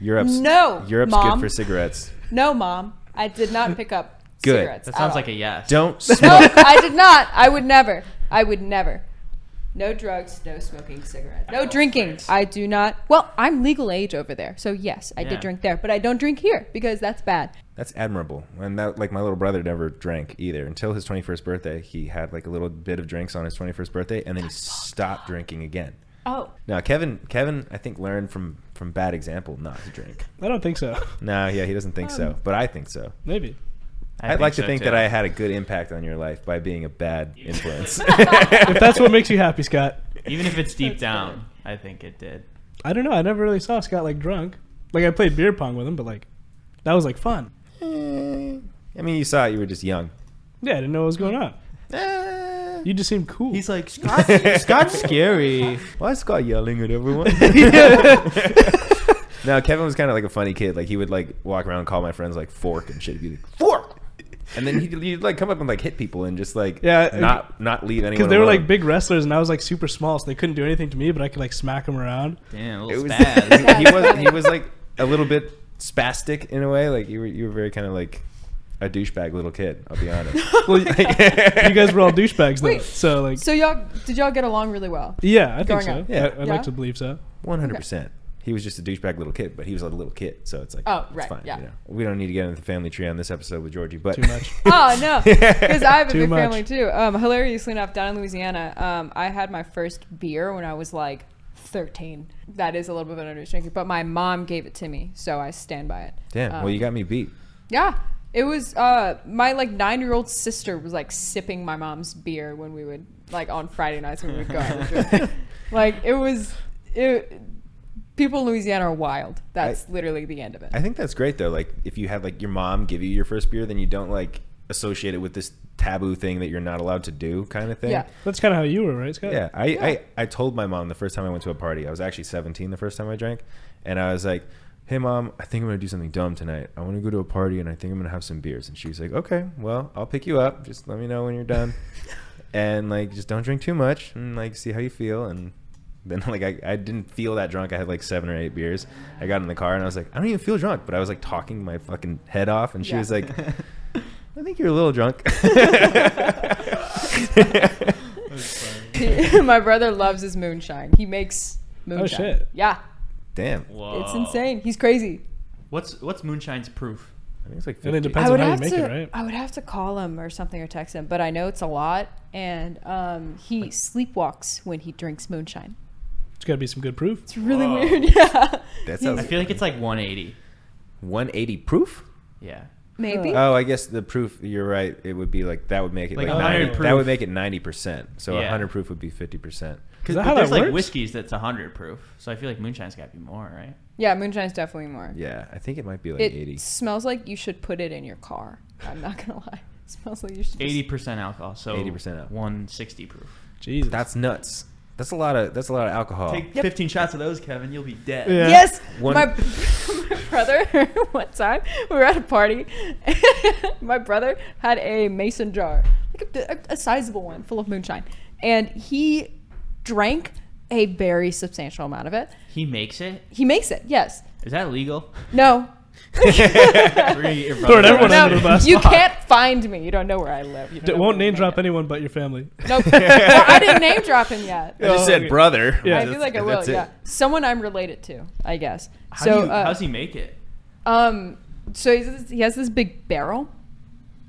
A: Europe's
C: No,
A: Europe's
C: Mom.
A: good for cigarettes.
C: No, mom, I did not pick up
A: Good.
C: cigarettes.
B: That
C: at
B: sounds
C: all.
B: like a yes.
A: Don't
C: no.
A: smoke.
C: I did not. I would never. I would never. No drugs. No smoking cigarettes. No drinking. I do not. Well, I'm legal age over there, so yes, I
B: Yeah.
C: did drink there, but I don't drink here because that's bad.
A: That's admirable. And that, like, my little brother never drank either until his 21st birthday. He had like a little bit of drinks on his 21st birthday, and then he stopped drinking again.
C: Oh,
A: Now, Kevin, Kevin, I think learned from from bad example not to drink.
D: I don't think so.
A: No, yeah, he doesn't think
B: Um,
A: so, but I think so.
D: Maybe.
B: I
A: I'd like to
B: so,
A: think
B: too.
A: that I had a good impact on your life by being a bad influence.
D: If that's what makes you happy, Scott.
B: even if it's deep down, I think it did.
D: I don't know. I never really saw Scott like drunk. Like I played beer pong with him, but like that was like fun.
A: I mean, you saw it. You were just young.
D: Yeah, I didn't know what was going on. You just seemed cool.
B: He's like Scott. Scott's scary.
A: Why is Scott yelling at everyone? no, Kevin was kind of like a funny kid. Like he would like walk around and call my friends like fork and shit. He'd be like fork, and then he'd, he'd like come up and like hit people and just like
D: Yeah,
A: not not leave anyone
D: because they were
A: alone.
D: like big wrestlers, and I was like super small, so they couldn't do anything to me. But I could like smack them around.
B: Damn,
A: It
B: a little
A: was
B: spaz.
A: he was he was like a little bit spastic in a way. Like you were you were very kind of like a douchebag little kid. I'll be honest.
D: Well, you guys were all douchebags though.
C: Wait.
D: So like,
C: so y'all did y'all get along really well?
D: yeah, I think
C: Growing
D: so.
C: up.
A: Yeah.
D: I, would
C: Yeah?
D: like to believe so.
A: One hundred percent. He was just a douchebag little kid, but he was a little kid, so it's like
C: Oh,
A: it's
C: right,
A: fine,
C: yeah.
A: you know. We don't need to get into the family tree on this episode with Georgie, but
D: Too much.
C: oh no, because I have a
D: Too
C: big
D: much.
C: family too. Um, hilariously enough, down in Louisiana, um, I had my first beer when I was like 13. That is a little bit of an understatement, but my mom gave it to me, so I stand by it. Um,
A: damn.
C: Oh.
A: well, you got me beat.
C: Yeah, it was. Uh, my like nine year old sister was like sipping my mom's beer when we would like on Friday nights when we would go out. and drink. like it was. It, people in Louisiana are wild. That's literally the end of it.
A: I think that's great though. Like if you had like your mom give you your first beer, then you don't like associate it with this taboo thing that you're not allowed to do kind of thing.
C: Yeah.
D: That's kind of how you were, right, Scott?
A: Yeah, I, I, I told my mom the first time I went to a party, I was actually 17 the first time I drank, and I was like, hey, mom, I think I'm going to do something dumb tonight. I want to go to a party and I think I'm going to have some beers. And she was like, okay, well, I'll pick you up. Just let me know when you're done. and like, just don't drink too much and like, see how you feel. And then like, I, I didn't feel that drunk. I had like seven or eight beers. I got in the car and I was like, I don't even feel drunk, but I was like talking my fucking head off. And she
C: Yeah.
A: was like, I think you're a little drunk.
C: my brother loves his moonshine. He makes
A: Oh,
C: moonshine.
D: shit.
C: Yeah,
A: Damn.
B: Whoa.
C: it's insane. He's crazy.
B: What's what's moonshine's proof?
A: I think it's like 50.
D: And it depends
C: I would
D: on how you
C: have
D: make
C: to.
D: it, right?
C: I would have to call him or something or text him, but I know it's a lot, and um, he sleepwalks when he drinks moonshine.
D: It's got to be some good proof.
C: It's really
B: Whoa.
C: weird. Yeah,
A: That sounds
B: I feel like it's like 180.
A: 180 proof?
B: Yeah.
C: maybe.
A: Oh, I guess the proof. You're right. It would be like that would make it
B: Like
A: like,
B: 100
A: 90, that
B: proof.
A: would make it ninety percent. So
B: Yeah.
A: hundred proof would be fifty percent.
D: Is
B: Because
D: that how
B: there's
D: that
B: like
D: works?
B: whiskeys that's 100 proof. So I feel like moonshine's got to be more, right?
C: yeah, moonshine's definitely more.
A: Yeah, I think it might be like
C: it
A: eighty.
C: smells like you should put it in your car. I'm not gonna lie. It smells like you should. just-
B: 80% alcohol. So
A: 80% alcohol.
B: 160 proof.
D: Jesus.
A: That's nuts. That's
D: Oh.
A: a lot of that's a lot of alcohol.
B: Take 15 shots of those, Kevin. You'll be dead.
D: Yeah.
C: Yes,
A: One-
C: my, my brother one time we were at a party. my brother had a mason jar, like a, bi- a, a sizable one, full of moonshine, and he drank a very substantial amount of it.
B: He makes it.
C: He makes it, yes.
B: Is that legal?
C: No,
B: Three, your
D: Throw it
B: brother-
D: everyone
C: no,
D: under the bus.
C: you can't find me. You don't know where I live. You don't
D: D-
C: know
D: won't
C: where I
D: name drop
C: live.
D: anyone but your family.
C: Nope. Well, I didn't name drop him yet.
A: I just
D: Oh,
A: said
D: okay.
A: brother.
D: Yeah.
C: I feel like I will.
A: That's it.
C: Yeah, someone I'm related to, I guess.
B: How
C: so,
B: do you,
C: uh,
B: how's he make it?
C: um, so he's, this- he has this big barrel,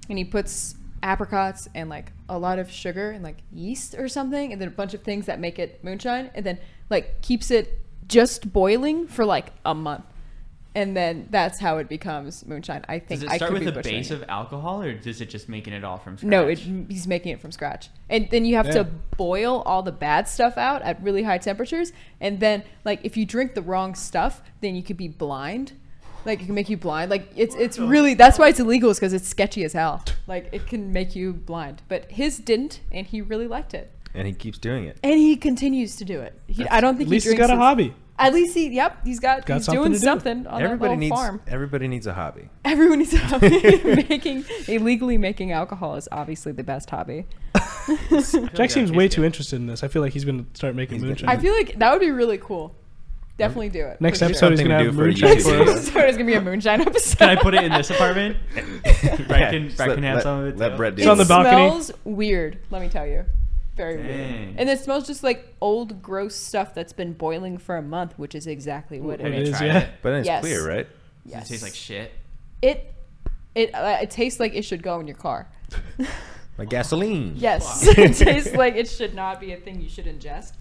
C: and he puts apricots and like a lot of sugar and like yeast or something, and then a bunch of things that make it moonshine, and then like keeps it just boiling for like a month. And then that's how it becomes moonshine. I think
B: Does it
C: I
B: start with
C: could be
B: a
C: butchering
B: base
C: it.
B: of alcohol, or is it just making it all from scratch?
C: No, it, he's making it from scratch. And then you have to
D: Damn.
C: boil all the bad stuff out at really high temperatures. And then, like, if you drink the wrong stuff, then you could be blind. Like, it can make you blind. Like, it's it's
D: Oh.
C: really that's why it's illegal is because it's sketchy as hell. Like, it can make you blind. But his didn't, and he really liked it,
A: And he keeps doing it.
C: and he continues to do it. He, I don't think
D: At least
C: he
D: he's
C: drinks
D: got a
C: his-
D: hobby.
C: At least he, yep, he's got,
D: Got
C: he's
D: something
C: doing
D: to do.
C: something on
A: Everybody
C: that
A: needs
C: little farm.
A: everybody needs a hobby.
C: Everyone needs a hobby. making illegally making alcohol is obviously the best hobby.
D: Jack seems way too interested in this. I feel like he's going to start making
A: He's gonna-
D: moonshine.
C: I feel like that would be really cool. Definitely do it.
D: Next
C: for
D: episode he's
A: Something
D: going
A: to
D: to
A: do
D: have
A: for a
D: moonshine
A: YouTube
D: for
C: Sure.
A: video.
D: us.
C: This episode is gonna be a moonshine episode.
B: Can I put it in this apartment? Brett can,
A: Just
B: Brett
A: let-
B: can have
A: let-
B: some of it.
A: let
B: too.
A: Brett do
D: It's on the
A: it.
D: balcony.
C: Smells weird. Let me tell you, very
B: Dang.
C: weird. And it smells just like old, gross stuff that's been boiling for a month, which is exactly what it
D: It
B: Have
C: is.
B: you
D: is,
B: tried
D: yeah.
B: it?
A: But then it's
C: Yes.
A: clear, right?
B: Does
C: Yes.
B: It tastes like shit.
C: it. It uh, it tastes like it should go in your car.
A: Like gasoline.
C: Yes, it tastes like it should not be a thing you should ingest.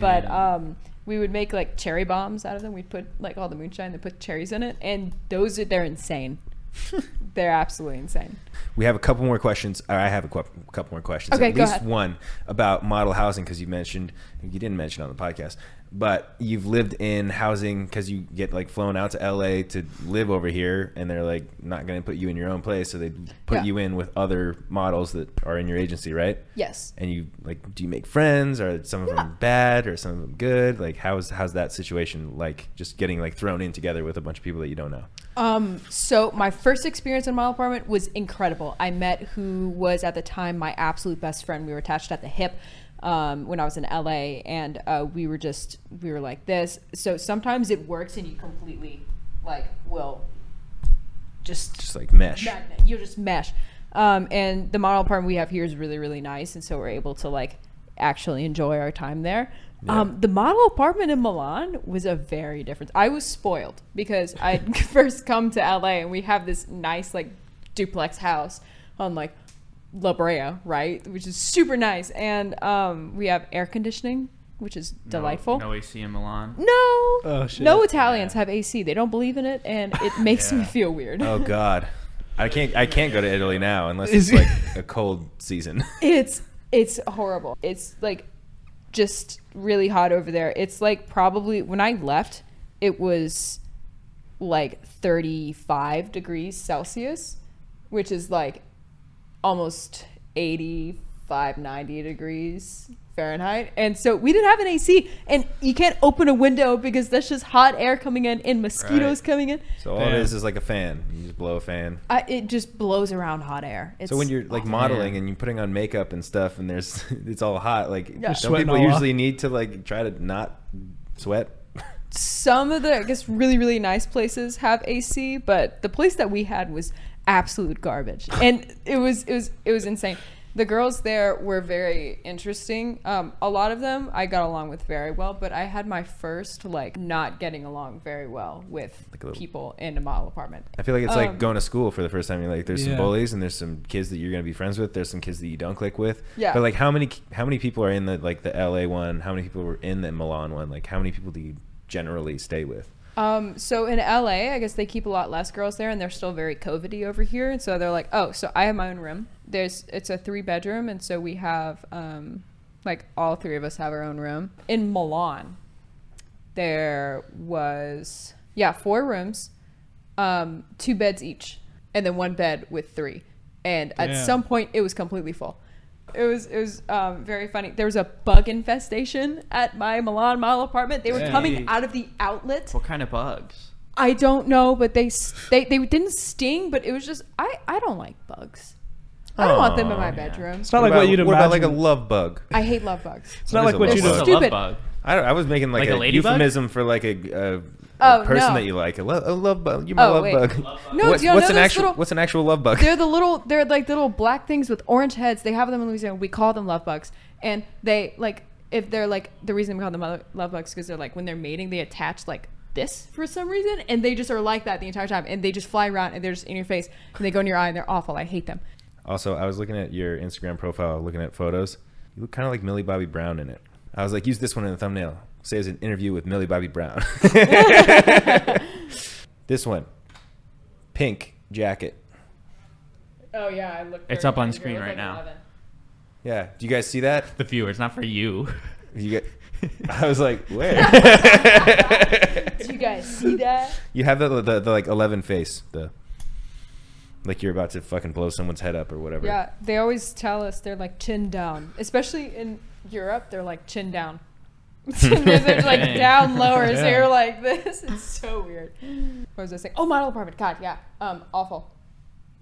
C: But
B: Yeah.
C: um, we would make like cherry bombs out of them. We'd put like all the moonshine and put cherries in it, and those are, they're insane. they're absolutely insane.
A: We have a couple more questions. or I have a qu- couple more questions.
C: Okay,
A: At
C: go
A: least
C: ahead.
A: one about model housing because you mentioned you didn't mention on the podcast, but you've lived in housing because you get like flown out to LA to live over here, and they're like not going to put you in your own place, so they put
C: Yeah.
A: you in with other models that are in your agency, right?
C: Yes.
A: And you like, do you make friends? Are some of them bad or some of them good? Like, how's how's that situation like? Just getting like thrown in together with a bunch of people that you don't know.
C: Um, so my first experience in model apartment was incredible. I met who was at the time my absolute best friend. We were attached at the hip um, when I was in LA, and uh, we were just we were like this. So sometimes it works, and you completely like will just
A: Just like mesh.
C: magnet. You'll just mesh. Um, and the model apartment we have here is really, really nice, and so we're able to like actually enjoy our time there. Um, the model apartment in Milan was a very different. I was spoiled because I would first come to LA and we have this nice like duplex house on like La Brea, right, which is super nice, and um, we have air conditioning, which is
B: No-
C: delightful.
B: No AC in Milan.
C: No,
D: Oh, shit.
C: no Italians
B: Yeah.
C: have AC. They don't believe in it, and it makes me
B: Yeah.
C: feel weird.
A: Oh God, I can't. I can't go to Italy now unless
D: Is-
A: it's like a cold season.
C: it's it's horrible. It's like just really hot over there. It's like probably when I left, it was like 35 degrees Celsius, which is like almost 85 90 degrees Fahrenheit. And so we didn't have an AC and you can't open a window because that's just hot air coming in and mosquitoes
B: Right.
C: coming in.
A: So all
D: Damn.
A: it is is like a fan. You just blow a fan.
C: I, it just blows around hot air. It's
A: So when you're like
C: awful.
A: modeling and you're putting on makeup and stuff, and there's it's all hot. Like
C: You're
A: don't
D: sweating
A: people
D: all
A: usually need to like try to not sweat.
C: some of the I guess really really nice places have AC, but the place that we had was absolute garbage, and it was it was it was insane. The girls there were very interesting. Um, a lot of them I got along with very well, but I had my first like not getting along very well with
A: Like a little-
C: people in a model apartment.
A: I feel like it's
C: Um,
A: like going to school for the first time. You're like, there's some
D: Yeah.
A: bullies and there's some kids that you're gonna be friends with. There's some kids that you don't click with.
C: Yeah.
A: But like, how many how many people are in the like the LA one? How many people were in the Milan one? Like, how many people do you generally stay with?
C: Um, so in LA, I guess they keep a lot less girls there, and they're still very covidy over here. And so they're like, oh, so I have my own room. There's it's a three bedroom, and so we have um, like all three of us have our own room. In Milan, there was yeah four rooms, um, two beds each, and then one bed with three. And at
D: Damn.
C: some point, it was completely full. It was it was um, very funny. There was a bug infestation at my Milan model apartment. They were
D: Dang.
C: coming out of the outlet
B: What kind of bugs?
C: I don't know, but they s- they they didn't sting, but it was just I I don't like bugs. I don't want them in
A: Aw.
C: my
B: Oh, Yeah.
C: bedroom.
D: It's not like
A: about,
D: what you'd
A: What
D: imagine.
A: about like a love bug?
C: I hate love bugs.
D: it's
A: what
D: not
A: is
D: like
A: a
D: what
A: love
D: you'd.
C: bug?
B: What's
C: It's
B: a
D: im-
B: love
C: stupid.
B: bug?
A: I, don't, I was making like,
B: Like a
A: a,
B: ladybug?
A: euphemism for like a, a, a
C: Oh,
A: person
C: no.
A: that you like. A, lo- a love bug. You're my
C: Oh,
A: love
C: wait.
A: bug.
C: No,
A: What-
C: do you
A: what's
C: know
A: an
C: those
A: actual
C: little-
A: What's an actual love bug?
C: They're the little they're like little black things with orange heads. They have them in Louisiana. We call them love bugs, and they like if they're like the reason we call them lo- love bugs because they're like when they're mating they attach like this for some reason and they just are like that the entire time and they just fly around and they're just in your face and they go in your eye and they're awful. I hate them.
A: Also, I was looking at your Instagram profile, looking at photos. You look kind of like Millie Bobby Brown in it. I was like, use this one in the thumbnail. Say it's an interview with Millie Bobby Brown. this one, pink jacket.
C: Oh yeah, I look.
B: It's very up on angry. I screen look right like now. 11.
A: Yeah. Do you guys see that?
B: The viewers, not for you.
A: You get. I was like, where?
C: Did you guys see that?
A: you have the, the, the like eleven face. The like you're about to fucking blow someone's head up or whatever.
C: Yeah, they always tell us they're like chin down, especially in Europe. They're like chin down. they're like
B: Dang.
C: down lower, so
D: Yeah.
C: you're like this. It's so weird. What was I saying? Oh, model apartment. God, yeah. Um, awful.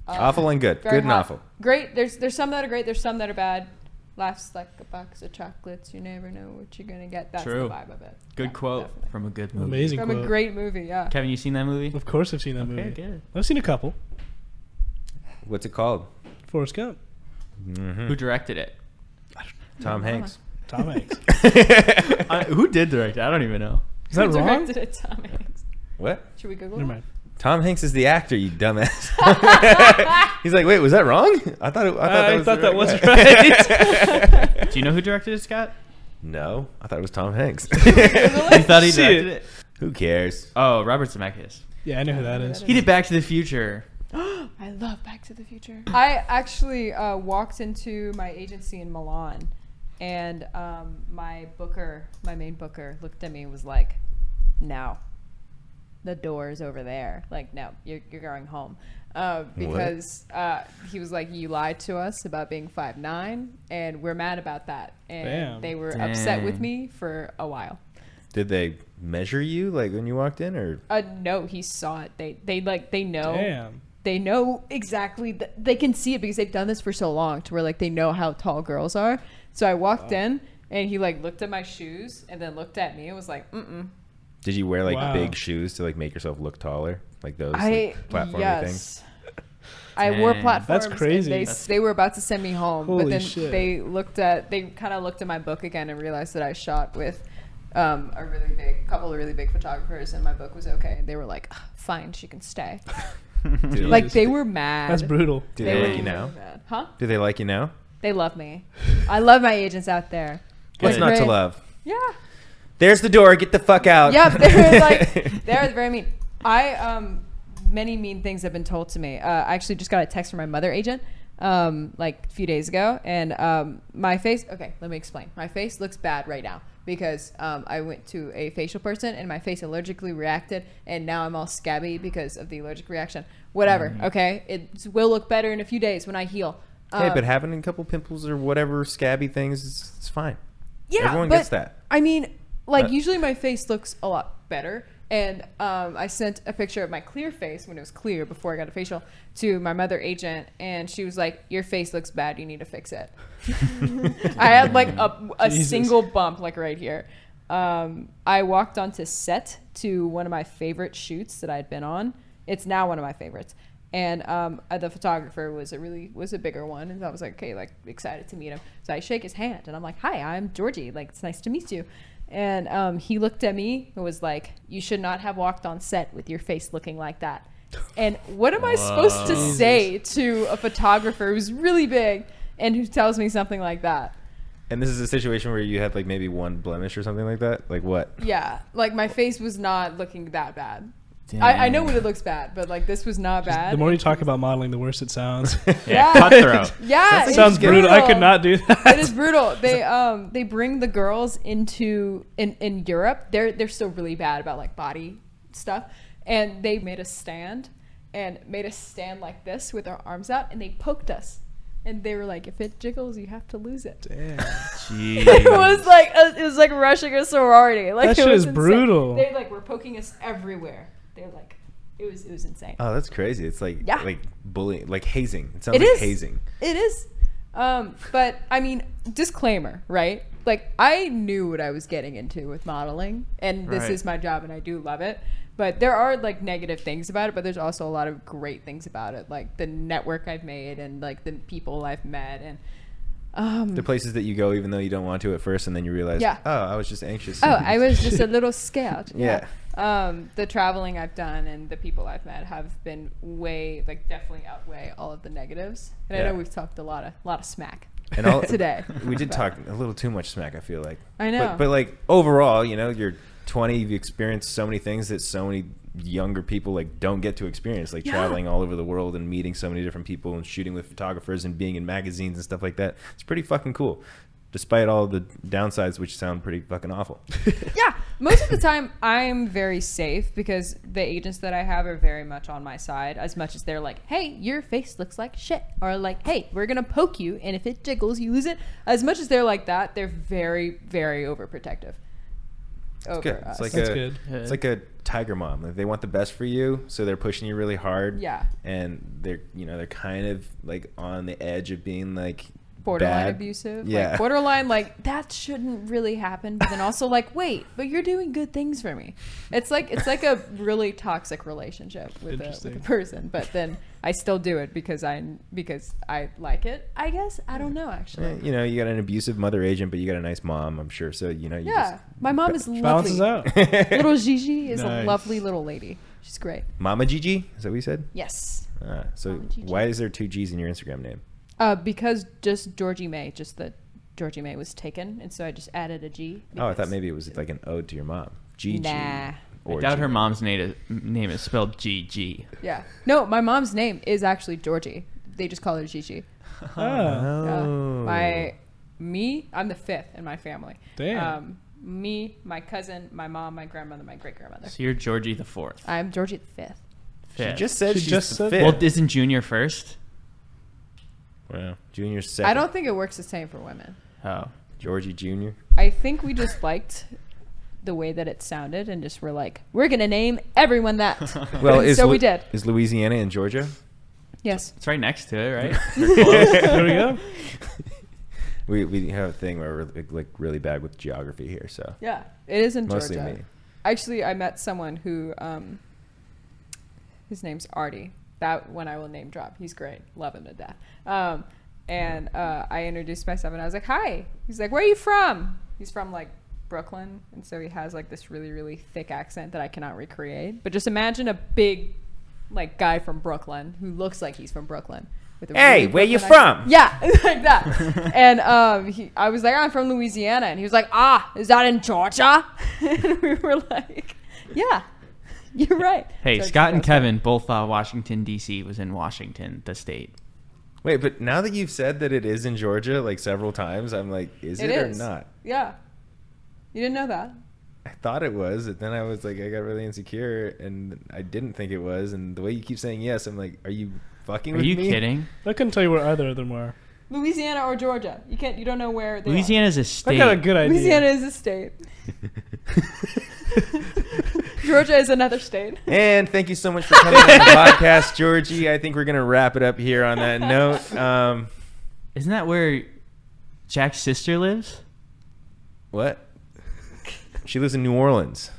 C: Um,
A: Awful and good.
C: very
A: good and
C: hot.
A: awful.
C: Great. There's there's some that are great. There's some that are bad. Laughs like a box of chocolates. You never know what you're gonna get. That's
B: True.
C: the vibe of it.
B: Good
C: Yeah,
B: quote
C: definitely.
B: from a good movie.
D: Amazing.
C: From a
D: quote.
C: great movie. Yeah.
B: Kevin, you seen that movie?
D: Of course, I've seen that movie.
B: Okay, good.
D: I've seen a couple.
A: What's it called?
D: Forrest Gump,
B: Who directed it?
A: Tom Hanks.
D: Tom Hanks.
B: I- who did direct it? I don't even know.
D: Is that
C: Who
D: wrong?
C: directed it, Tom Hanks?
A: What?
C: Should we Google?
D: Never
C: it?
D: mind.
A: Tom Hanks is the actor, you dumbass. He's like, wait, was that wrong? I thought it, I thought that was, the right guy."
B: Do you know who directed it, Scott?
A: No, I thought it was Tom Hanks.
B: You thought he
D: Shit.
B: directed it?
A: Who cares?
B: Oh, Robert Zemeckis.
D: Yeah, I know who that is.
B: He did Back to the Future.
C: I love Back to the Future. I actually uh, walked into my agency in Milan, and um, my booker, my main booker, looked at me and was like, "No, the door's over there. Like, no, you're you're going home." Uh, because uh, he was like, "You lied to us about being five nine, and we're mad about that." And
D: Damn.
C: they were upset with
B: Dang.
C: me for a while.
A: Did they measure you like when you walked in, or
C: Uh, no, he saw it. They they like they know
D: Damn.
C: they know exactly th- they can see it because they've done this for so long to where like they know how tall girls are so i walked in and he like looked at my shoes and then looked at me and was like mm-mm
A: did you wear like
D: Wow.
A: big shoes to like make yourself look taller, like those
C: i
A: like, platform things?
C: yes i wore
B: Dang.
C: platforms
D: That's
C: and
D: crazy.
C: they,
D: That's-
C: they were about to send me home
D: Holy
C: but then
D: shit.
C: they looked at they kind of looked at my book again and realized that i shot with um, a really big couple of really big photographers and my book was okay and they were like "Ah, fine she can stay
A: Do they, like,
C: like they were mad
D: That's brutal.
A: do
C: They
A: they
C: were
A: like you now?
C: really mad. huh
A: Do they like you now?
C: They love me. I love my agents out there.
A: What's
B: Good.
A: not to
C: Great.
A: love?
C: Yeah.
A: There's the door. Get the fuck out.
C: Yep. They're like they're very mean. I um many mean things have been told to me. Uh, I actually just got a text from my mother agent um like a few days ago and um my face okay let me explain my face looks bad right now because um i went to a facial person and my face allergically reacted and now i'm all scabby because of the allergic reaction whatever okay it will look better in a few days when i heal
A: hey,
C: Um,
A: but having a couple pimples or whatever scabby things, it's, it's fine.
C: Yeah,
A: Everyone
C: but,
A: gets that.
C: I mean, like
A: But-
C: usually my face looks a lot better, and um, I sent a picture of my clear face when it was clear before I got a facial to my mother agent, and she was like, "Your face looks bad. You need to fix it." I had like a, a
D: Jesus.
C: single bump, like right here. Um, I walked onto set to one of my favorite shoots that I had been on. It's now one of my favorites. And um, uh, the photographer was a really was a bigger one, and I was like, okay, like excited to meet him. So I shake his hand, and I'm like, hi, I'm Georgie. Like it's nice to meet you. And um, he looked at me and was like, you should not have walked on set with your face looking like that. And what am I supposed to
B: Wow.
C: say to a photographer who's really big and who tells me something like that?
A: And this is a situation where you had like maybe one blemish or something like that. Like what?
C: Yeah, like my face was not looking that bad. I, I know when it looks bad, but like this was not bad.
D: The more you talk about modeling, the worse it sounds.
B: Yeah,
C: Yeah.
B: Cutthroat.
C: yeah,
D: That
C: it's
D: sounds brutal. I could not do that.
C: It is brutal. They um they bring the girls into in in Europe. They're they're still really bad about like body stuff, and they made us stand and made us stand like this with our arms out, and they poked us, and they were like, if it jiggles, you have to lose it.
B: Jeez.
C: it was like a, it was like rushing a sorority. Like
D: That
C: it
D: shit
C: was
D: is
C: insane.
D: brutal.
C: They like were poking us everywhere. They're like, it was it was insane.
D: Uh.
A: Oh, that's crazy. It's like
C: Yeah.
A: like bullying, like hazing. It sounds
C: It
A: like
C: is.
A: hazing.
C: It is. Um, but I mean, disclaimer, right? Like I knew what I was getting into with modeling, and this
B: Right.
C: is my job, and I do love it. But there are like negative things about it, but there's also a lot of great things about it, like the network I've made and like the people I've met, and um,
A: The places that you go, even though you don't want to at first, and then you realize,
C: Yeah.
A: oh, I was just anxious.
C: oh, I was just a little scared.
A: Yeah.
C: Um, the traveling I've done and the people I've met have been way, like, definitely outweigh all of the negatives. And I
A: Yeah.
C: know we've talked a lot of, lot of smack
A: And all-
C: today.
A: we did
C: But-
A: talk a little too much smack. I feel like.
C: I
A: But,
C: know.
A: but like overall, you know, you're 20. You've experienced so many things that so many younger people like don't get to experience, like
C: Yeah.
A: traveling all over the world and meeting so many different people and shooting with photographers and being in magazines and stuff like that. It's pretty fucking cool, despite all the downsides, which sound pretty fucking awful.
C: yeah most of the time i'm very safe because the agents that i have are very much on my side as much as they're like hey your face looks like shit or like hey we're gonna poke you and if it jiggles you lose it as much as they're like that they're very very overprotective over
A: good.
C: us
A: It's like
D: That's
A: a,
D: good.
A: It's like a tiger mom. Like, they want the best for you, so they're pushing you really hard.
C: Yeah.
A: And they're you know they're kind of like on the edge of being like
C: borderline
A: bad.
C: abusive
A: Yeah.
C: like borderline like that shouldn't really happen but then also like wait but you're doing good things for me it's like it's like a really toxic relationship with a, with a
D: Interesting.
C: person but then i still do it because i because i like it i guess i don't know actually
A: Eh, You know, you got an abusive mother agent, but you got a nice mom, I'm sure. So you know, you
C: yeah my mom is
D: Balances
C: lovely
D: out.
C: little gigi is a
D: Nice.
C: lovely little lady she's great
A: just Mama Gigi. Is that what you said?
C: yes
A: Uh, so
C: Mama Gigi.
A: why is there two G's in your Instagram name?
C: uh, because just georgie may just the georgie may was taken and so i just added a g
A: Oh, I thought
C: because-
A: maybe it was like an ode to your mom. Gigi.
C: Nah.
A: Or
B: I doubt her
A: Gigi.
B: mom's name name is spelled GG.
C: Yeah. No, my mom's name is actually Georgie. They just call her Gigi.
D: Ah,
C: Yeah.
A: Oh.
C: My, me, I'm the fifth in my family.
D: Damn.
C: Um, me, my cousin, my mom, my grandmother, my great grandmother.
B: So you're Georgie the fourth.
C: I'm Georgie the fifth.
A: She
B: Fifth.
A: just said
D: She
A: she's
D: just
A: the
D: said
A: fifth.
B: well, isn't Junior first?
A: wow. Junior second.
C: I don't think it works the same for women.
B: Oh,
A: Georgie Junior.
C: I think we just liked the way that it sounded and just were like, we're going to name everyone that.
A: Well, is
C: so
A: Lu-
C: we did.
A: Is Louisiana in Georgia?
C: Yes.
B: it's right next to it, right?
D: there we go.
A: We we have a thing where we're like, like really bad with geography here, so
C: Yeah. It is in
A: mostly
C: Georgia.
A: me.
C: Actually, I met someone who, um, his name's Artie. That one I will name drop. He's great. Love him to death. Um, and uh, I introduced myself and I was like, hi. He's like, where are you from? He's from like Brooklyn. And so he has like this really, really thick accent that I cannot recreate. But just imagine a big, like, guy from Brooklyn who looks like he's from Brooklyn. With a
A: Hey,
C: really
A: where you
C: Brooklyn accent.
A: from?
C: Yeah, like that. and um, he, I was like, I'm from Louisiana, and he was like, Ah, is that in Georgia? and we were like, Yeah, you're right.
B: hey,
C: So I
B: Scott
C: just
B: and
C: got
B: Kevin both thought Washington D.C. was in Washington, the state.
A: Wait, but now that you've said that it is in Georgia like several times, I'm like, is it,
C: It is.
A: or not?
C: Yeah, you didn't know that.
A: I thought it was, and then I was like, I got really insecure, and I didn't think it was. And the way you keep saying yes, I'm like, are you fucking?
B: Are
A: with
B: you
A: me?
B: kidding?
D: I couldn't tell you where either of them are.
C: Louisiana or Georgia? You can't. You don't know where. They
B: Louisiana is a
D: I
B: state.
D: got a good
C: Are.
D: idea.
C: Louisiana is a state. Georgia is another state.
A: And thank you so much for coming on the podcast, Georgie. I think we're gonna wrap it up here on that note. Um,
B: Isn't that where Jack's sister lives?
A: what? She lives in New Orleans.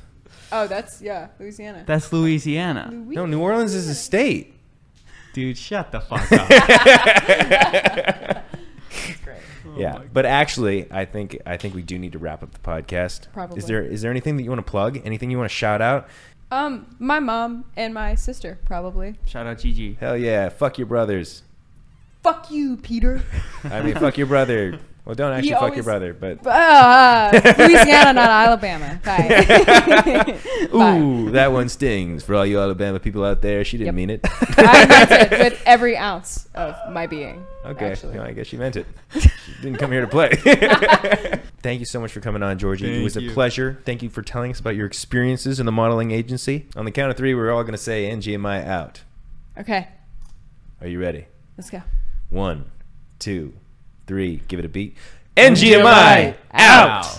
C: Oh, that's yeah, Louisiana.
B: That's Louisiana.
A: No, New Orleans is a state.
B: Dude, shut the fuck up.
C: great.
A: yeah, but actually, I think I think we do need to wrap up the podcast.
C: Probably.
A: Is there is there anything that you want to plug? Anything you want to shout out?
C: Um, my mom and my sister probably.
B: Shout out Gigi.
A: Hell yeah! Fuck your brothers.
C: Fuck you, Peter.
A: I mean, fuck your brother. Well, don't actually
C: He
A: fuck your
C: always-
A: brother, but
C: Uh, Louisiana, not Alabama. Bye. Bye.
A: ooh, that one stings for all you Alabama people out there. She didn't
C: Yep.
A: mean it.
C: I meant it with every ounce of my being.
A: Okay,
C: Actually.
A: no, I guess she meant it. She didn't come here to play. Thank you so much for coming on, Georgie. it
B: Thank
A: was a
B: you.
A: pleasure. Thank you for telling us about your experiences in the modeling agency. On the count of three, we're all going to say NGMI out.
C: Okay,
A: Are you ready?
C: let's go.
A: One, two, three. Give it a beat. NGMI out.
B: Wow.